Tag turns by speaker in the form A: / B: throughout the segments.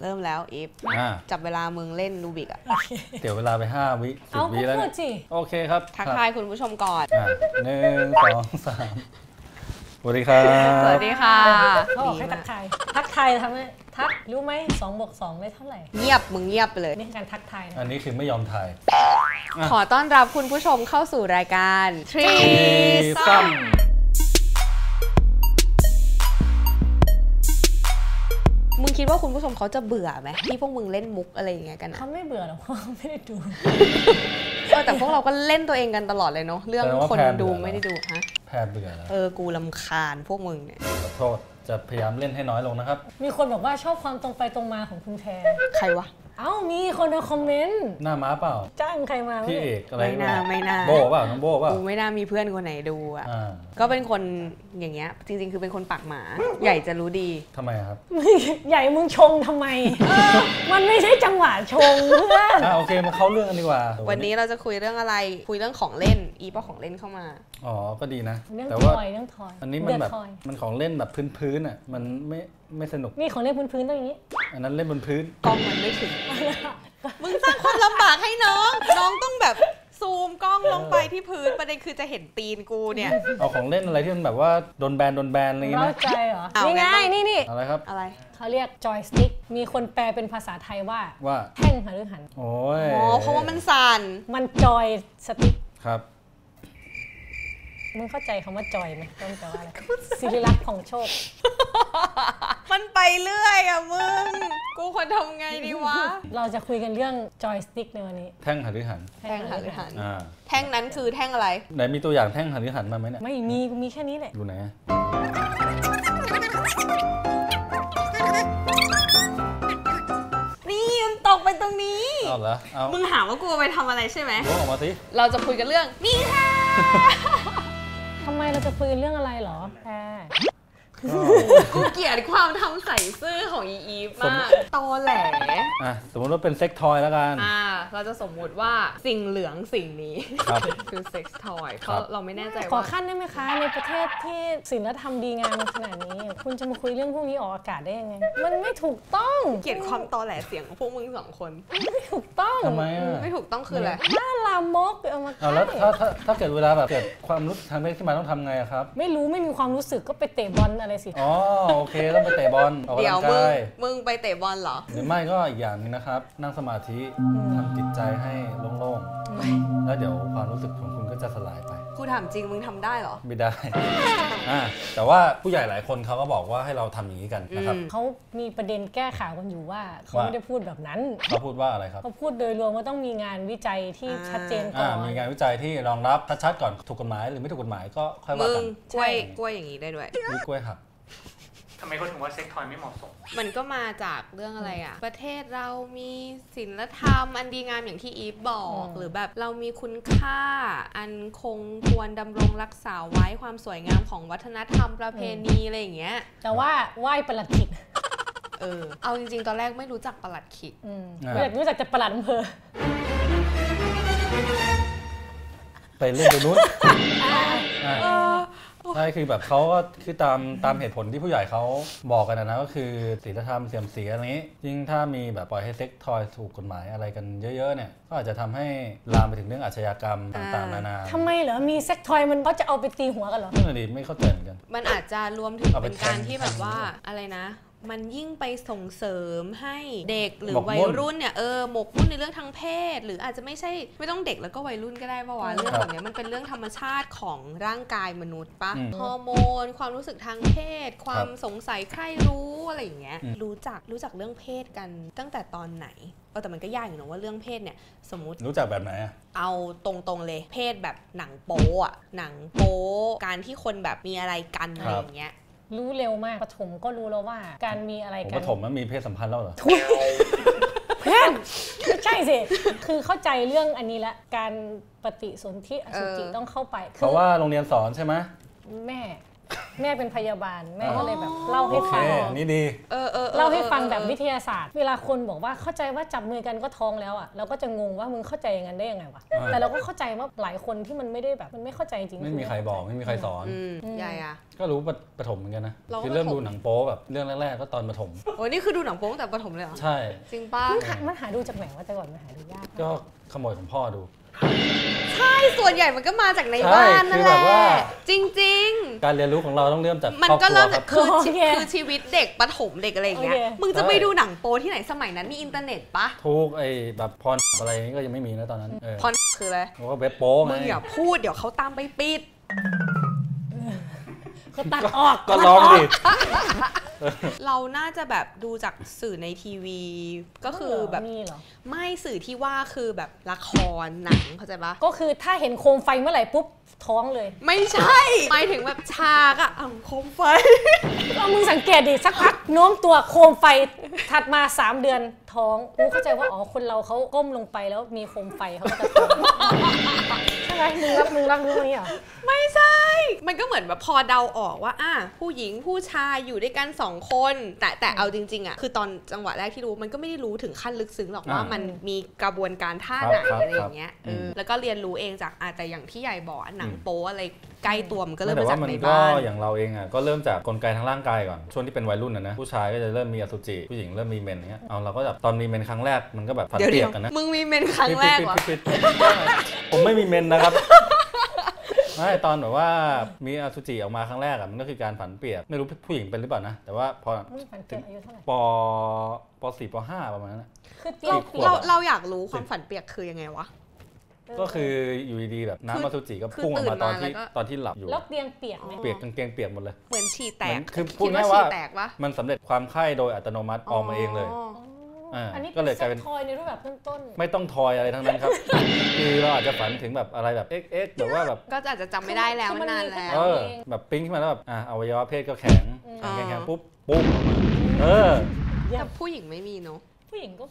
A: เริ่มแล้วอีฟ
B: อ่า
A: จับเวลามึงเล่นรูบิกอะ
B: เดี๋ยวเวลาไป 5 วิสิ
C: เอา
B: บวิแล้ว
C: ก็พู
B: เนี่
C: ด
B: ย
C: สิ
B: โอเคครับ
A: ทัก
B: ครับ
A: ทายคุณผู้ชมก่อน
B: อ่ะหนึ่งสองสามสวัสดีครับ
A: สวัสดีค่ะ
C: เขาบอกให้
A: ดี
C: ทั
A: มาก
C: กทาย ทักทายทำให้ทักรู้ไหมสองบวกสองได้เท่าไหร่
A: เงียบมึงเงียบไปเลย
C: นี่คือการทักทายนะ
B: อันนี้คือไม่ยอมถ่าย อ่ะ
A: ขอต้อนรับคุณผู้ชมเข้าสู่รายการทรีซัมมึงคิดว่าคุณผู้ชมเขาจะเบื่อไหมที่พวกมึงเล่นมุกอะไรอย่างเงี้ยกันอะ
C: เขาไม่เบื่อหรอกเพราะ เขาไม่ได้ดู
A: เออแต่พวกเราก็เล่นตัวเองกันตลอดเลยเนาะเรื่อง
B: แสดงว่า
A: คน
B: แพน
A: ดู
B: เบื่อ
A: ไม่ได้ดูฮะ
B: แพ้เบื่อแล้ว
A: เออกูลำคาญพวกมึงเนี่ย
B: ขอโทษจะพยายามเล่นให้น้อยลงนะครับ
C: มีคนบอกว่าชอบความตรงไปตรงมาของคุณแพร
A: ใครวะ
C: เอ้ามีคนเอาคอมเมนต์
B: หน้าม้าเปล่า
C: จ้างใครมา
B: พี่เอกอะไร
A: ไม่น่าไม่น่า
B: โบเปล่าน้องโบเปล่า
A: กูไม่น่ามีเพื่อนคนไหนดูอะ
B: อ่า
A: ก็เป็นคนอย่างเงี้ย จริง ๆ คือเป็นคนปากหมา ใหญ่จะรู้ดี
B: ทำไมครับ
C: มึงใหญ่มึงชงทำไม มันไม่ใช่จังหวะชงเพื่อน
B: อ่ะโอเคมาเข้าเรื่องกันดีกว่า
A: วันนี้เราจะคุยเรื่องอะไรคุยเรื่องของเล่น อีป้าของเล่นเข้ามา
B: อ๋อก็ดีนะ
C: เรื่อง
B: แต่
C: ท
B: ว่า
C: อยเรื่องทอย
B: อันนี้มัน
C: เดะ
B: แบบ
C: ทอย
B: มันของเล่นแบบพื้นๆอ่ะมันไม่ไม่สนุก
C: นี่ของเล่นพื้นๆต้องอย่างนี้
B: อันนั้นเล่นบนพื้น
A: กล้องมันไม่ ถึง มึงสร้างความลำบากให้น้อง น้องต้องแบบซูมกล้องลงไปที่พื้นประเด็นคือจะเห็นตีนกูเนี่ย
B: เอาของเล่นอะไรที่มันแบบว่าโดนแบนโดนแบนอะไรอย่างเงี้ย
C: เร้า
B: ไหม
C: ใจเหรอ
A: เอา
C: นี่
A: งั้
C: ไง
A: นต้อง
C: นี่นี่
B: อะไรครับ
A: อะไร
C: เขาเรียกจอยสติ๊ก มีคนแปลเป็นภาษาไทยว่า
B: ว่า
C: แท่งหฤหันต์
B: โอ้ย
A: อ๋อ เพราะว่ามันสั่น
C: มันจอยสติ๊ก
B: ครับ
C: มึงเข้าใจคำว่าจอยไหมต้องแปลว่าอะไร ศิริลักษณ์ของโชค
A: มันไปเรื่อยอะมึง กูควรทำไงดีวะ
C: เราจะคุยกันเรื่องจอยสติ๊กในวันนี้
B: แท่งหันหรือหัน
A: แท่งหฤหันต์
B: อ่า
A: แท่งนั้นคือแท่งอะไร
B: ไหนมีตัวอย่างแท่งหันหรือหันมาไหมเนี่ย
C: ไม่มีมีแค่นี้แหละ
B: อยู่ไหนอะ
A: นี่มันตกไปตรงนี้
B: เอาเหรอเอา
A: มึงหาว่ากูเอาไปทำอะไรใช่ไหม
B: ล้วงออกมา สิ
A: เราจะคุยกันเรื่องนี่ค่ะ
C: ทำไมเราจะคุยเรื่องอะไรเหรอแพร
B: ก็
A: กูเกลียดความทำใส่ซื่อของอีอีฟมาก ตอแหล
B: อ่ะสมมติว่าเป็นเซ็กทอยแล้วกัน
A: อ่า เราจะสมมุติว่าสิ่งเหลืองสิ่งนี้
B: ครับ
A: คือเซ็กซ์ทอย
B: ครั
A: เขา
B: บ
A: เราไม่แน่ใจ
C: ขอ
A: ว่า
C: ขั้นได้ไหมคะ ในประเทศที่ศีลธรรมดีงามขนาดนี้ คุณจะมาคุยเรื่องพวกนี้ออกอากาศได้ยังไง มันไม่ถูกต้อง
A: เกลียดความตอแหลเสียงของพวกมึงสองคน
C: ไม่ถูกต้อง
B: ทำไมอ่ะ
A: ไม่ถูกต้องคืออะไร
C: หน้าลามกเอามา
B: เอา
C: ขั้
B: แล้ว
C: น
B: ถ้าถ้าถ้าเกิดเวลาแบบเกิดความรู้สึกทางเพศขึ้นมาต้องทำไงอะครับ
C: ไม่รู้ไม่มีความรู้สึกก็ไปเตะบอลอะไรสิ
B: อ๋อโอเคต้องไปเตะบอ ลออกกำ
A: เดี๋ย
B: ลั
A: ว
B: ง
A: มึง
B: กาย
A: มึงไปเตะบอลเหรอ
B: หรือไม่ก็อีกอย่างหนึงนะครับ นั่งสมาธิทำจิตใจให้โล่งๆแล้วเดี๋ยวความรู้สึกของคุณก็จะสลายไป
A: กูถามจริงมึงทำได้เหรอ
B: ไม่ได้ อ่าแต่ว่าผู้ใหญ่หลายคนเขาก็บอกว่าให้เราทำอย่างนี้กันนะครับ
A: อืม
C: เขามีประเด็นแก้ข่าวกันอยู่ว่าเขา
B: ว่า
C: ไม่ได้พูดแบบนั้น
B: เขาพูดว่าอะไรครับ
C: เขาพูดโดยรวมว่าต้องมีงานวิจัยที่
A: อ่า
C: ชัดเจนก่
B: อ่า
C: อน
B: มีงานวิจัยที่รองรับชัดๆก่อนถูกกฎหมายหรือไม่ถูกกฎหมายก็ค่อยว่า
A: มึ
B: กั
A: ง
B: น
A: กล้วยกล้วยอย่างนี้ได้ด้วย
B: มีกล้วยหัก
D: ทำไมเขาถึงว่าเซ็กทอยไม่เหมาะสม
A: มันก็มาจากเรื่องอะไรอะประเทศเรามีศิลธรรมอันดีงามอย่างที่อีฟบอก หรือแบบเรามีคุณค่า อันคงควรดำรงรักษาไว้ความสวยงามของวัฒนธรรมประเพณีอะไรอย่างเงี้ย
C: แต่ว่าไหว้ประหลัดขิก
A: เออ เอาจริงๆ ตอนแรกไม่รู้จักประหลัดขิก
C: อืม
B: อ่า
C: รู้จักรู้จักแต่ประหลัดอำเภอ
B: ไปเล่นตรงนู้นอ่า
A: เออ
B: ใช่คือแบบเขาก็คือตามตามเหตุผลที่ผู้ใหญ่เขาบอกกันนะนะก็คือศีลธรรมเสื่อมเสียอะไรนี้ ยิ่งถ้ามีแบบปล่อยให้เซ็กทอยถูกกฎหมายอะไรกันเยอะๆเนี่ยก็อาจจะทำให้ลามไปถึงเรื่องอาชญากรรมต่างๆนานา
C: ทำไมเหรอ มีเซ็กทอยมันก็จะเอาไปตีหัวกันเหรอ
B: นั่นแหละดิไม่เข้าใจเหมือนกัน
A: มันอาจจะรวมถึง
B: เอาไป
A: เป็นการ
B: แทง
A: ที่แบบว่าอะไรนะ มันยิ่งไปส่งเสริมให้เด็กหรือ
B: หมกมุ่
A: วัย
B: น
A: รุ่นเนี่ยเออหมกมุ่นในเรื่องทางเพศ หรืออาจจะไม่ใช่ไม่ต้องเด็กแล้วก็วัยรุ่นก็ได้ปะวะเรื่อง
B: ครับ
A: แบบเนี้ยมันเป็นเรื่องธรรมชาติของร่างกายมนุษย์ปะ
B: อืม
A: ฮอร์โมน ความรู้สึกทางเพศ ความสงสัยใครรู้อะไรอย่างเงี้ย
B: อืม
A: รู้จักรู้จักเรื่องเพศกันตั้งแต่ตอนไหนเออแต่มันก็ยากอยู่เนอะว่าเรื่องเพศเนี่ยสมมติ
B: รู้จักแบบไหนอะ
A: เอาตรงๆเลยเพศแบบหนังโป๊อะหนังโป๊การที่คนแบบมีอะไรกันอะ
B: ครับ
A: ไรอย่างเงี้ย
C: รู้เร็วมากปฐมก็รู้แล้วว่า การมีอะไร
B: ผม
C: กั
B: ป
C: น
B: ฐมมันมีเพศสัมพันธ์แล้วเหรอ
C: เพื่อนไม่ใช่สิ คือเข้าใจเรื่องอันนี้ละ การปฏิสนธิอสุจิ
A: เออ
C: ต้องเข้าไป คื
B: เพราะว่าโรงเรียนสอนใช่ไหม
C: แม่ แม่เป็นพยาบาลแม่
B: อ๋อ
C: ก็เลยแบบเล่าให้
B: โอเค
C: ฟัง
B: อันนี้ดี
A: เออเออออ
C: เล่าให้ฟังแบบวิ
A: เออ
C: ทยาศาสตร์ เวลาคนบอกว่าเข้าใจว่าจับมือกันก็ท้องแล้วอ่ะเราก็จะงงว่ามึงเข้าใจอย่างนั้นได้ยังไงวะแต่เราก็เข้าใจว่าหลายคนที่มันไม่ได้แบบมันไม่เข้าใจจริงๆ
B: ไม่มีใครบอกไม่มีใครสอน
A: อืมยายอ่ะ
B: ก็รู้ปปฐมเหมือนกันนะ
A: เราก็
B: คือเริ่ม
A: ปฐม
B: ดูหนังโป๊แบบเรื่องแรกๆก็ตอนปฐม
A: โอ้ยนี่คือดูหนังโป๊ตั้งแต่ประถมเลยเหรอ
B: ใช่
A: จริงป้า
C: มันหามันหาดูจากไหนวะแต่ก่อนมันหาดูยาก
B: ก็ขโมยของพ่อดู
A: ใช่ส่วนใหญ่มันก็มาจากใน
B: ใช่
A: บ้านนั่นแห
B: คือแบบ
A: ละ
B: ว่า
A: จริง ๆ
B: การเรียนรู้ของเราต้องเริ่มจาก
A: มัน
B: ครอบค
A: ก็
B: รัว
A: เริ่ม
B: ค
A: จา
B: รับ
A: กคือ
C: โอ
A: ชี
C: เค
A: คือชีวิตเด็กประถมเด็กอะไรอย่างเงี้ย
C: โอเค
A: มึงจะ
B: ใช่
A: ไปดูหนังโป๊ที่ไหนสมัยนั้นมีอินเทอร์เน็ตปะ
B: ทุกไอ้แบบพรอะไรนี่ก็ยังไม่มีนะตอนนั้นเออ
A: พรคืออะไร
B: แล้วก็เว็บโป๊ไง
A: มึงอย่าพูดเดี๋ยวเขาตามไปปิด
C: ก็ตัดออก
B: ก็ลองดิ
A: เราน่าจะแบบดูจากสื่อในทีวี ก็คือแบบ
C: มีเหรอ
A: ไม่สื่อที่ว่าคือแบบละครหนังเข้าใจปะ
C: ก็คือถ้าเห็นโคมไฟเมื่อไหร่ปุ๊บท้องเลย
A: ไม่ใช่หมายถึงแบบฉากอะอ่ำคมไฟ
C: ก็มึงสังเกตดิสักพักโน้มตัวโคมไฟถัดมา 3 เดือนท้องกูเข้าใจว่าอ๋อคนเราเขาก้มลงไปแล้วมีโคมไฟเขาก็จะท้องใช่ไหมมึงรับมึงรับรู้ตรงนี้เหรอ
A: ไม่ใช่ มันก็เหมือนแบบพอเดาออกว่าอ่ะผู้หญิงผู้ชายอยู่ด้วยกันสองคน แต่แต่เอาจริงๆอ่ะ คือตอนจังหวะแรกที่รู้มันก็ไม่ได้รู้ถึงขั้นลึกซึ้งหรอกว่า
B: อ่ามั
A: มันมีกระบวนการท่าไหน
B: ครับ
A: อะไรอย่างเงี้ย
B: ครับ
A: เอออ
B: ม
A: แล้วก็เรียนรู้เองจากอาจจะอย่างที่ใหญ่บอกอะหนังโป๊อะไรใกล้ตัวมันก็เริ่ม
B: แต่
A: มา
B: ว่า
A: จาก
B: มัน
A: ใน
B: ก็
A: บ้าน
B: อย่างเราเองอ่ะก็เริ่มจากกลไกทางร่างกายก่อนช่วงที่เป็นวัยรุ่นนะนะผู้ชายก็จะเริ่มมีอสุจิผู้หญิงเริ่มมีเมนอย่างเงี้ยเอาเราก็แบบตอนมีเมนครั้งแรกมันก็แบบฝัน
A: เดี๋ยว
B: เปี
A: เดี๋
B: ย
A: ย
B: ก
A: ว
B: กันนะ
A: มึงมีเมนครั้งแรกเหรอ
B: ปิดปิดปิดปิดผมไม่มีเมนนะครับไม่ตอนแบบว่ามีอสุจิออกมาครั้งแรกอ่ะมันก็คือการฝันเปียกไม่รู้ผู้หญิงเป็นหรือเปล่านะแต่ว่าพอ
C: มึงฝันเปียกอายุเท่าไหร่
B: ปปสี่ปห้าประมาณนั้นอะ
C: คือเปีย
A: เรา
C: กเปี
A: เรา
C: ยก
A: เราอยากรู้ความฝันเปียกคือยังไงวะ
B: ก็คืออยู่ดีๆแบบน้ำอสุจิก็พุ่งออกมาตอนที่
A: คือตื่นมาแล้วก็
B: ตอนที่หลับอยู่
C: แล้วเตียงเปียกไหม
B: เปียกกางเกงเปียกหมดเลย
A: เหมือนฉี่แตก
B: เหมือนคือพูด
A: คิดว่า
B: ง่ายว่า
A: ฉี่แตกปะ
B: มันสำเร็จความไข้โดยอัตโนมัติออกมาเองเลย อ่า
C: อันนี้
B: ก็เลยกลายเป็น
C: ซ็กทอยในรูปแบบเริ่มต้น
B: ไม่ต้องทอยอะไรทั้งนั้นครับ คือเราอาจจะฝันถึงแบบอะไรแบบเอ็กเอ็กแบบว่าแบบ
A: ก็อาจจะจำไม่ได้แล้วมันนานแล้ว
B: เออแบบปิ้งขึ้นมาแล้วแบบอ่ะอวัยวะเพศก็แข็ง
A: อ๋อ
B: แข็งแข็งปุ๊บปุ๊บออกมาเออ
A: แต่ผู้หญิงไม่มีเนอะ
C: ผู้หญิงก็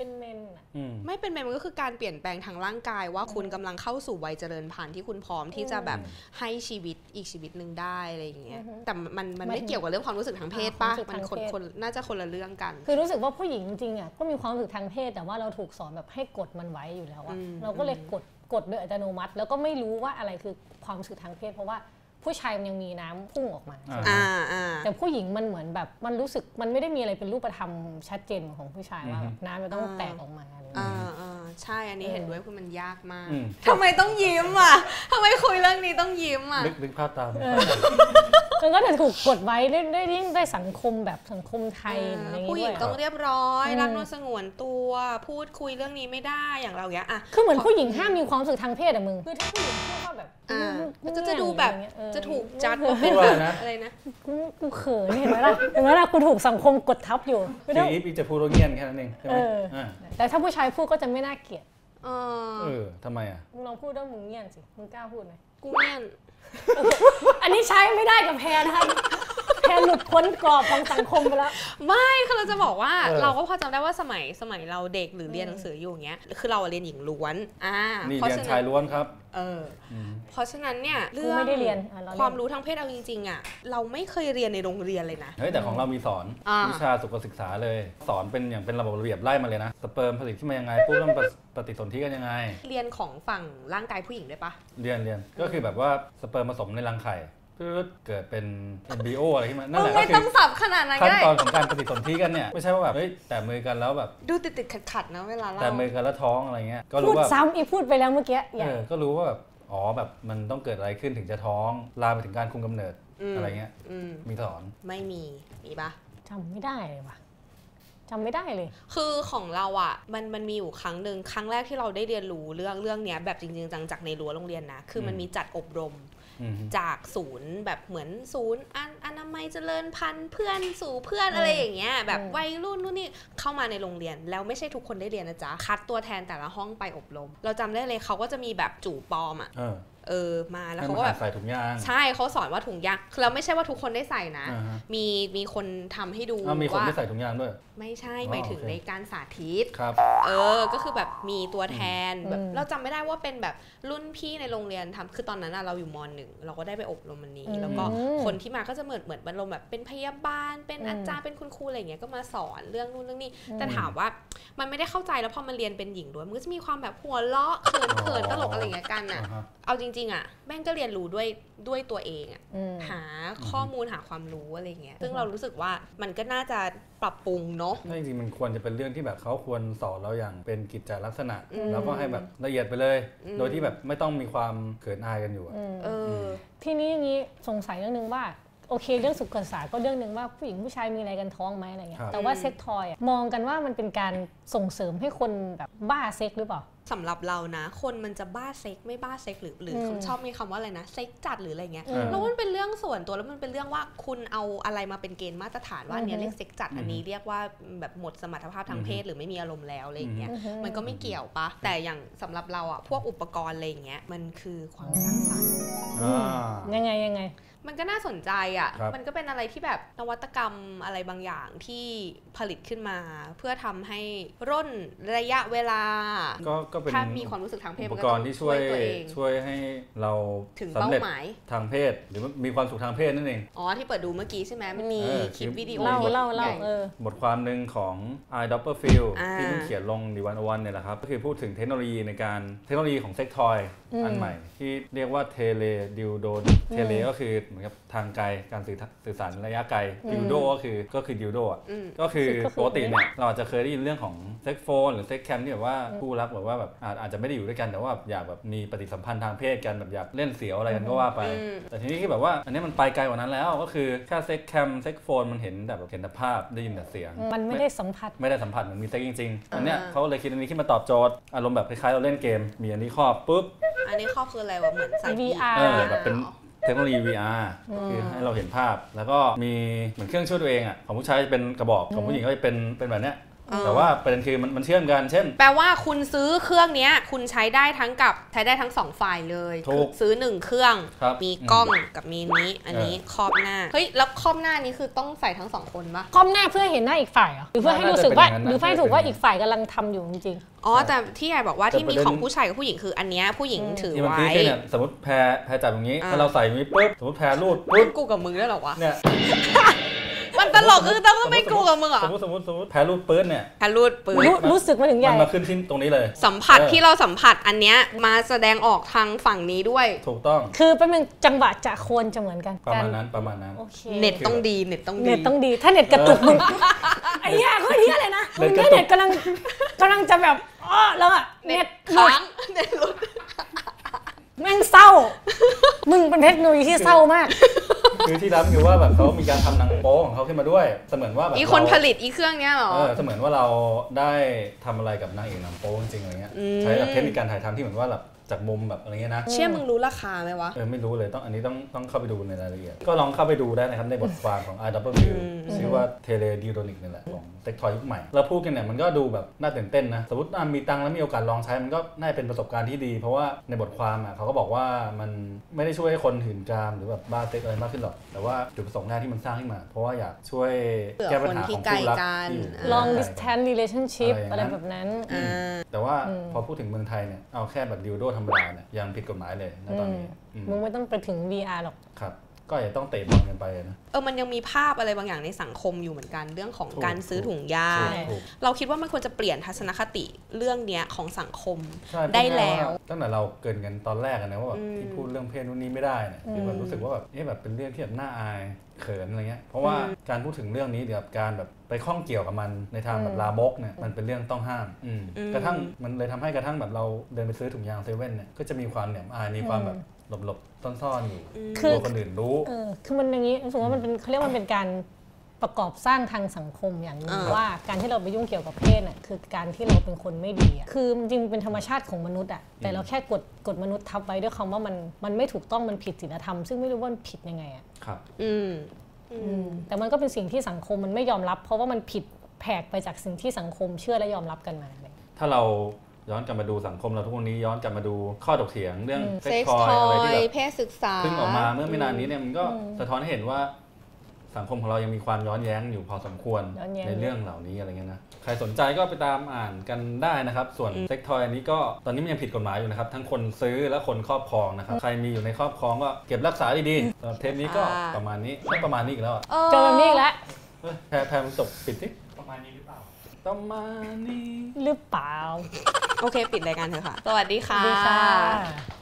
C: เป็นเมนอะ
B: อืม
A: ไม่เป็นไปมันก็คือการเปลี่ยนแปลงทางร่างกายว่าคุณกำลังเข้าสู่วัยเจริญพันธุ์ที่คุณพร้อมที่จะแบบให้ชีวิตอีกชีวิตหนึ่งได้อะไรอย่างเงี้ย
C: อือฮึ
A: แต่มันมัน
C: หมา
A: ไม่
C: ยถึง
A: เกี่ยวกับเรื่องความรู้สึกทางเพศป่ะ
C: อ่าค
A: มัน
C: วามรู้สึกทาง
A: คน
C: เพศ
A: คนน่าจะคนละเรื่องกัน
C: คือรู้สึกว่าผู้หญิงจริงๆอ่ะก็มีความรู้สึกทางเพศ แต่ว่าเราถูกสอนแบบให้กดมันไว้อยู่แล้วอ่ะ
A: อืม
C: เราก็เลยกดกดโดยอัตโนมัติ แล้วก็ไม่รู้ว่าอะไรคือความรู้สึกทางเพศ เพราะว่าผู้ชายมันยังมีน้ำพุ่งออกมา
B: อ่า
A: อ่าอ่า
C: แต่ผู้หญิงมันเหมือนแบบมันรู้สึกมันไม่ได้มีอะไรเป็นรูปธรรมชัดเจนของผู้ชายว่า
B: อือฮึ
C: แบบน้ำมันต้องแตกออกมาอะไรอย่างเงี้ย
A: อ่าอ่าใช่อันนี้
C: เออ
A: เห็นด้วยคือมันยากมาก
B: อืม
A: ทำไมต้องยิ้มอ่ะทำไมคุยเรื่องนี้ต้องยิ้มอ่ะ
B: นึกนึกภาพตาม
C: มันก็จะถูกกดไว้ด้วยด้วยยิ่งด้วยสังคมแบบสังคมไทย
A: เอ
C: อะไร
A: อ
C: อ
A: ย่าง ผู้ห
C: เงี้
A: ญิ
C: ย
A: ง
C: ด้วย
A: ต้อ
C: อะ
A: งเรียบร้อย
C: อืม
A: รักนวลสงวนตัวพูดคุยเรื่องนี้ไม่ได้อย่างเราเงี้ยอ่ะ
C: คือเหมือนผู้หญิงห้ามมีความรู้สึกทางเพศอะมึงคือถ้าผู้หญิงพูดว่าแบบ
A: อ่า
C: มึง
A: ก็จะดูแบบ
C: อไรเงี้ยเออ
A: จะถูกจัดว่าเป็น
B: ว่าอะไรนะ
A: อะไรนะ
C: กูกูเขินเห็นไหมล่ะ เห็นไหมล่ะกูถูกสังคมกดทับอยู่ไม่
B: คือ
C: ต้อง
B: อีฟอีฟจะพูดว่าเงียนแค่นั้นเองใช่ไหม
C: เอออ่
B: า
C: แต่ถ้าผู้ชายพูดก็จะไม่น่าเกลียด
A: เออ
B: เออทำไมอ่ะ
C: มึงลองพูดด้วยมึงเงียบสิ มึงกล้า พูดไหม
A: กูเงียน
C: อันนี้ใช้ไม่ได้กับแพรนะคะแพรหลุดพ้นกรอบของสังคมไปแล้ว
A: ไม่คือเราจะบอกว่า
B: เออ
A: เราก็พอจำได้ว่าสมัยสมัยเราเด็กหรือเรียนหนังสืออยู่อย่างเงี้ยคือเราอะเรียนหญิงล้วนอ่า
B: นี่
A: เพราะ
B: เรีย
A: ฉะ
B: นชา
A: นั้
B: ย
A: น
B: ล้วนครับ
A: เอออเพราะฉะนั้นเนี่ย
C: กูไม่ได้เรียนอ่ะเราเรียน
A: ความรู้ทางเพศเอาจริงๆอ่ะเราไม่เคยเรียนในโรงเรียนเลยนะ
B: เฮ้ยแต่ของเรามีสอน
A: อ่า
B: วิชาสุขศึกษาเลย สอนเป็นอย่างเป็นระบบระเบียบไล่มาเลยนะ สเปิร์มผลิตขึ้นมายังไงปุ๊บแล้วมันปฏิปฏิสนธิกันยังไง
A: เรียนของฝั่งร่างกายผู้หญิงด้วยปะ
B: เรียนเรียนก็คือแบบว่าสเปิร์มผสมในรังไข่ปึ๊ดเกิดเป็น embryo อะไรขึ้นมานั่น
A: มึง
B: แหละก็
A: ไม่
B: คื
A: ต้อ
B: อง
A: สับขนาดนั้น
B: ขั้
A: ก็
B: น
A: ได้
B: ตอนของการปฏิสนธิกันเนี่ยไม่ใช่ว่าแบบเฮ้ยแต่มือกันแล้วแบบ
A: ดูติดติดขัดขัดๆนะเวลาเรา
B: แต่มือกันแล้วท้องอะไรเงี้ยก็
C: พู
B: รู้
C: ด
B: ว่า
C: ซ้ำอีพูดไปแล้วเมื่อกี้อ
B: เอย่าง อก็รู้ว่าแบบอ๋อแบบมันต้องเกิดอะไรขึ้นถึงจะท้องลามไปถึงการคุมกำเนิด
A: ม
B: อะไรเงี้ย
A: อืม
B: มีสอน
A: ไม่มีมีปะ
C: จำไม่ได้เลยว่ะจำไม่ได้เลย
A: คือของเราอะ่ะมันมันมีอยู่ครั้งหนึ่งครั้งแรกที่เราได้เรียนรู้เรื่องเรื่องเนี้ยแบบจริงๆจังจากในรั้วโรงเรียนนะคือมัน
B: อืม
A: มีจัดอบรม
B: อืม
A: จากศูนย์แบบเหมือนศูนย์อันอนามัยเจริญพันธุ์เพื่อนสู่เพื่อนอะไรอย่างเงี้ยแบบ
C: อืม
A: วัยรุ่นนู่นนี่เข้ามาในโรงเรียน แล้วไม่ใช่ทุกคนได้เรียนนะจ๊ะคัดตัวแทนแต่ละห้องไปอบรม เราจำได้เลยเขาก็จะมีแบบจู่ปลอมอะ
B: เออ
A: เออมาแล้ว
B: ให้
A: เขา
B: มา
A: ก็
B: หั
A: แบ
B: ด
A: บ
B: ใส่ถุงยาง
A: ใช่เขาสอนว่าถุงยางคือเราไม่ใช่ว่าทุกคนได้ใส่นะ
B: อ่าฮะ
A: มีมีคนทำให้ดู
B: อ้าวมีคน
A: ว่า
B: ไม่ใส่ถุงยางด้วย
A: ไม่ใช่
B: อ๋อ
A: หมายถึง
B: โอเค
A: ในการสาธิต
B: ครับ
A: เออ ก็คือแบบมีตัวแทนแบบ
C: อืม
A: เราจำไม่ได้ว่าเป็นแบบรุ่นพี่ในโรงเรียนทำคือตอนนั้นน่ะเราอยู่มหนึ่งเราก็ได้ไปอบรมอันนี้
C: อืม
A: แล้วก็คนที่มาก็จะเหมือนเหมือนบรรลมแบบเป็นพยาบาล เป็นอาจารย์เป็นคุณครูอะไรอย่างเงี้ยก็มาสอนเรื่องนู่นเรื่องนี้ แต่ถามว่ามันไม่ได้เข้าใจแล้วพอมันเรียนเป็นหญิงด้วยมันก็จะมีความแบบหัวเราะเขินเขิน
B: อ๋อ
A: ตลกอะไรอย่างเงี้ยกันอ่ะ
B: อ่าฮะ
A: เอาจริง ๆอ่ะแม่งก็เรียนรู้ด้วยด้วยตัวเองอ่ะ หาข้อมูลหาความรู้อะไรเงี้ย ซึ่งเรารู้สึกว่ามันก็น่าจะปรับปรุงเนาะ
B: ถ้าจริงๆมันควรจะเป็นเรื่องที่แบบเขาควรสอนเราอย่างเป็นกิจจลักษณะ
A: อืม
B: แล้วก็ให้แบบละเอียดไปเลย
A: อืม
B: โดยที่แบบไม่ต้องมีความเขินอายกันอยู่อะ
A: เออ
C: ทีนี้อย่างนี้สงสัยเรื่องหนึงว่า โอเค เรื่องสุขศึกษาก็เรื่องหนึ่งว่าผู้หญิงผู้ชายมีอะไรกันท้องไหมอะไรเงี้
B: ค
C: ย
B: รับ
C: แต่ว่า
A: อืม
C: เซ็กทอยอะมองกันว่ามันเป็นการส่งเสริมให้คนแบบบ้าเซ็กหรือเปล่า
A: สำหรับเรานะ คนมันจะบ้าเซ็กไม่บ้าเซ็กหรือหรือ
C: อืม
A: เขาชอบมีคำว่าอะไรนะ เซ็กจัดหรืออะไรเงี้ย
B: อืม
A: เราว่ามันเป็นเรื่องส่วนตัวแล้วมันเป็นเรื่องว่าคุณเอาอะไรมาเป็นเกณฑ์มาตรฐานว่าอันเนี้ยเรียกเซ็กจัดอันนี้เรียกว่าแบบหมดสมรรถภาพทางเพศหรือไม่มีอารมณ์แล้วอะไรอย่างเงี้ย มันก็ไม่เกี่ยวปะ แต่อย่างสำหรับเราอะพวกอุปกรณ์อะไรอย่างเงี้ย มันคือความสร้างสรรค์
B: อ่า
C: ยังไงยังไง
A: มันก็น่าสนใจอะ่ะ
B: ครับ
A: มันก็เป็นอะไรที่แบบนวัตกรรมอะไรบางอย่างที่ผลิตขึ้นมา เพื่อทำให้ร่นระยะเวลา
B: ก็ก็เป็น
A: ถ้ามีความรู้สึกทางเพศ
B: อุป
A: มัน
B: ก
A: ต้
B: ร
A: อง
B: ณ์ที่ช่วย
A: ตัวเอง
B: ช่วยให้เรา
A: ถึง
B: สำ
A: เป้า
B: เร็จ
A: หมาย
B: ทางเพศ หรือมีความสุขทางเพศนั่นเอง
A: อ๋อที่เปิดดูเมื่อกี้ใช่ไหมมันมี
B: เออ
A: คลิป
B: คลิป
A: วิดีโอ
C: เล่า
B: หมด
C: เล่าเล่า
A: ใหญ่
C: เออ
B: บทความหนึ่งของ i d o p p e r f i e l d
A: อ่า
B: ที่เพิ่งเขียนลงในวันวันเนี่ยแหละครับ ก็คือพูดถึงเทคโนโลยีในการเทคโนโลยีของเซ็กทอย
C: อืม
B: อันใหม่ ที่เรียกว่าเทเลดิวโดนเทเลก็คือเหมือนกับทางไกลการสื่อสื่อสารระยะไกล
C: อืม
B: ดิวโดก็คือก็คือดิวโดอะ
A: อืม
B: ก็คือ
C: ก็คือ
B: ปกติเนี่ยเราอาจจะเคยได้ยินเรื่องของเซ็กโฟนหรือเซ็กแคมที่แบบว่าคู่รักแบบว่าแบบอาจอาจจะไม่ได้อยู่ด้วยกันแต่ว่าแบบอยากแบบมีปฏิสัมพันธ์ทางเพศกันแบบอยากเล่นเสียวอะไรกันก็ว่าไป
A: อืม
B: แต่ทีนี้ที่แบบว่า อันนี้มันไปไกลกว่านั้นแล้วก็คือแค่เซ็กแคมเซ็กโฟนมันเห็นแต่แบบเห็นแต่ภาพได้ยินแต่เสียง
C: มันไม่ได้สัมผัส
B: ไม่ได้สัมผัสเหมือนมีเซ็กจริงๆอันเนี้ย
A: อ่า
B: เขาเลยคิดอันนี้ขึ้นมาตอบโจทย์อารมณ์แบบคล้ายๆเราเล่นเกม มีอันนี้ครอบปุ๊บ
A: อันนี้ครอบคืออะไรวะเหมือนใส่
C: VR
B: เออแบบเป็นเทคโนโลยี VR คือให้เราเห็นภาพ แล้วก็มีเหมือนเครื่องช่วยตัวเองอ่ะของผู้ชายจะเป็นกระบอกของผู้หญิงก็จะเป็นเป็นแบบเนี้ย
A: เออ
B: แต่ว่าประเด็นคือมันมันเชื่อมกัน เช่น
A: แปลว่าคุณซื้อเครื่องเนี้ย คุณใช้ได้ทั้งกับใช้ได้ทั้งสองฝ่ายเลย
B: ถูก
A: ซื้อหนึ่งเครื่อง
B: ครับ
A: มี
B: อืม
A: กล้องกับมีนี้ อันนี้ครอบหน้า เฮ้ย แล้วครอบหน้านี้คือต้องใส่ทั้งสองคนปะ
C: ก้มหน้าเพื่อเห็นหน้าอีกฝ่ายเหรอหรือเพื่อให้รู้สึกว่า
B: น่าจะเป็นอย่างนั้นนะ
C: หรือเพื่อให้ถูกว่าอีกฝ่ายกำลังทำอยู่จริง
A: อ๋อ แต่ที่ยายบอกว่า
B: แต่
A: ที่มี
B: ประเด็น
A: ของผู้ชายกับผู้หญิงคืออันเนี้ยผู้หญิงถือ
B: ที่มัน
A: ไว้
B: พีคคือเนี่ยสมมติแพรแพรจับอย่างนี้
A: อ่า
B: ถ้าเราใส่อย่างนี้ปุ๊บ สมมติแพรรูดปุ๊บ
A: กูกับมึงด้วยเหรอวะ
B: เนี่ย
A: มันตลกคือต้องเป็นกูกับมึงเหรอ
B: สมมติสมมติสมมติแพรรูดปื๊ดเนี่ย
A: ฮารูดปืน
C: รู้รู้สึกมาถึงให
B: มั
C: ญ่
B: นมาขึ้นที่ตรงนี้เลย
A: สัมผัส
B: เออ
A: ที่เราสัมผัสอันเนี้ยมาแสดงออกทางฝั่งนี้ด้วย
B: ถูกต้อง
C: คือเป็นงจังหวะจะโคนจะเหมือนกัน
B: ประมาณ
C: ก
B: นั้นประมาณนั้น
C: โอเค
A: เน็ตต้องดี เน็ตต้องดี
C: เน็ตต้องดี ถ้าเน็ตกระตุกมึง ไอ้เหี้ยคนเหี้ยเลยนะ
B: เน็
C: มึ
B: ต
C: ง
B: กระ
C: ได้
B: ตุก
C: เน็ตกำลังกำลังจะแบบอ้อแล้วอะ
A: เน็
C: เน็
A: ต
C: ตหลุด
A: ค้าง เน็ตหลุด
C: แม่งเศร้า มึงเป็นเทคโนโลยีที่เศร้ามาก
B: คือที่ร้านคือว่าแบบเขามีการทำหนังโป๊ของเขาขึ้นมาด้วย เสมือนว่าแบบ
A: อีคน
B: เรา
A: ผลิตอีเครื่องเนี้ยเหรอ
B: เออเสมือนว่าเราได้ทำอะไรกับนางเอกหนังโป๊จริงๆอะไรเงี้ย
A: อืม
B: ใช้แบบเทคนิคการถ่ายทำที่เหมือนว่าแบบจากมุมแบบอะไรเงี้ยนะ
A: เชื่อมึงรู้ราคาไหมวะ
B: เออไม่รู้เลยต้องอันนี้ต้องต้องเข้าไปดูในรายละเอียด ก็ลองเข้าไปดูได้นะครับในบทความของ i w ชื่อว่า t e l e d i r o n i c นี่แหละของเทคทอยยุคใหม่เราพูดกันเนี่ยมันก็ดูแบบน่าตื่นเต้นนะ สมมติอ่ะมีตังค์แล้วมีโอกาสลองใช้มันก็น่าจะเป็นประสบการณ์ที่ดี เพราะว่าในบทความอ่ะเขาก็บอกว่ามันไม่ได้ช่วยให้คนหื่นกามหรือแบบบ้าเซ็กอะไรมากขึ้นหรอก แต่ว่าจุดประสงค์แรกที่มันสร้างขึ้นมา เพราะว่าอยากช่วยแก้ปัญหาของคู่รักที่อยู่
A: า
C: long distance relationship
B: อะ
C: อะไร ไร
B: อย่างนั้น
C: แบบนั้น
A: อ่า
B: แต่ว่า
C: อืม
B: พอพูดถึงเมืองไทยเนี่ยเอาแค่แบบดิวโดธรรมดาเนี่ยยังผิดกฎหมายเลยนะตอนนี้อืม
C: มึงไม่ต้องไปถึง VR หรอก
B: ครับก็อาจจะต้องเตะบอลกันไปนะ
A: เออ มันยังมีภาพอะไรบางอย่างในสังคมอยู่เหมือนกันเรื่องของ
B: ถูก
A: การซื้อถุงยาง
B: ถูกถูก
A: เราคิดว่ามันควรจะเปลี่ยนทัศนคติเรื่องเนี้ยของสังคม
B: ใช่
A: ได้แล้ว
B: ตั้งแต่เราเกรินกันตอนแรกอะนะว่าแบบ
A: อืม
B: ที่พูดเรื่องเพศนู่นนี่ไม่ได้เนี่ยคือแบบรู้สึกว่าแบบเอ๊ะแบบเป็นเรื่องที่แบบน่าอายเขินอะไรเงี้ยเพราะว่าการพูดถึงเรื่องนี้เดี๋ยวกับการแบบไปข้องเกี่ยวกับมันในทางแบบลามกเนี่ยมันเป็นเรื่องต้องห้ามอืมกระทั่งมันเลยทำให้กระทั่งแบบเราเดินไปซื้อถุงยางเซเว่นเนี่ยก็จะมีความเหนียมอายมีความแบบหลบๆซ่อนๆอยู่ก
C: คื
B: ลั
C: อ
B: วคนอื่นรู้
C: เออคือมันอย่างนี้รู้สึกว่ามันเป็นเขาเรียกว่ามันเป็นการประกอบสร้างทางสังคมอย่างหนึง
A: อ่า
C: ว่าการที่เราไปยุ่งเกี่ยวกับเพศน่ะคือการที่เราเป็นคนไม่ดีอะคือจริงๆเป็นธรรมชาติของมนุษย์อ่ะแต่เราแค่กดกดมนุษย์ทับไว้ด้วยคำว่ามันมันไม่ถูกต้องมันผิดศีลธรรมซึ่งไม่รู้ว่ามันผิดยังไงอ่ะ
B: ครับ
A: อืมอืม
C: แต่มันก็เป็นสิ่งที่สังคมมันไม่ยอมรับ เพราะว่ามันผิดแผกไปจากสิ่งที่สังคมเชื่อและยอมรับกันมาอะไรอย่างเงี้ย
B: ถ้าเรา ย้อนกลับมาดูสังคมเราทุกวันนี้ย้อนกลับมาดูข้อถกเถียงเรื่องเซ็ก
A: เซ็ก
B: ท
A: ซ์
B: อ
A: ท
B: ย
A: อ
B: อะไร
A: ย
B: ที่แบบ
A: เพศศึกษา
B: ซึ่งออกมาเมื่อไม่นานนี้เนี่ยมันก็
C: อืม
B: สะท้อนให้เห็นว่าสังคมของเรายังมีความย้อนแย้งอยู่พอสมควร
C: ย้อนแย้ง
B: ในเรื่องเหล่านี้อะไรเงี้ยนะใครสนใจก็ไปตามอ่านกันได้นะครับ ส่วน
A: อืม
B: เซ็กทอยอันนี้ก็ตอนนี้มันยังผิดกฎหมายอยู่นะครับ ทั้งคนซื้อและคนครอบครองนะครับ ใครมีอยู่ในครอบครองก็เก็บรักษาดีๆสำหรับเทปนี้ก็ประมาณนี้ไม่ประมาณนี้อีกแล้วอะ
C: เจอแบบนี้อีกแล้ว
B: เฮ้ยแพรแพรมันจบปิดสิ
D: ประมาณนี้หรือเปล่า
B: ประมาณนี้
C: หรือเปล่า
A: โอเค ปิดรายการเถอะค่ะ สวัสดี
C: ส
A: ค่ะ
C: วัสดีค่ะ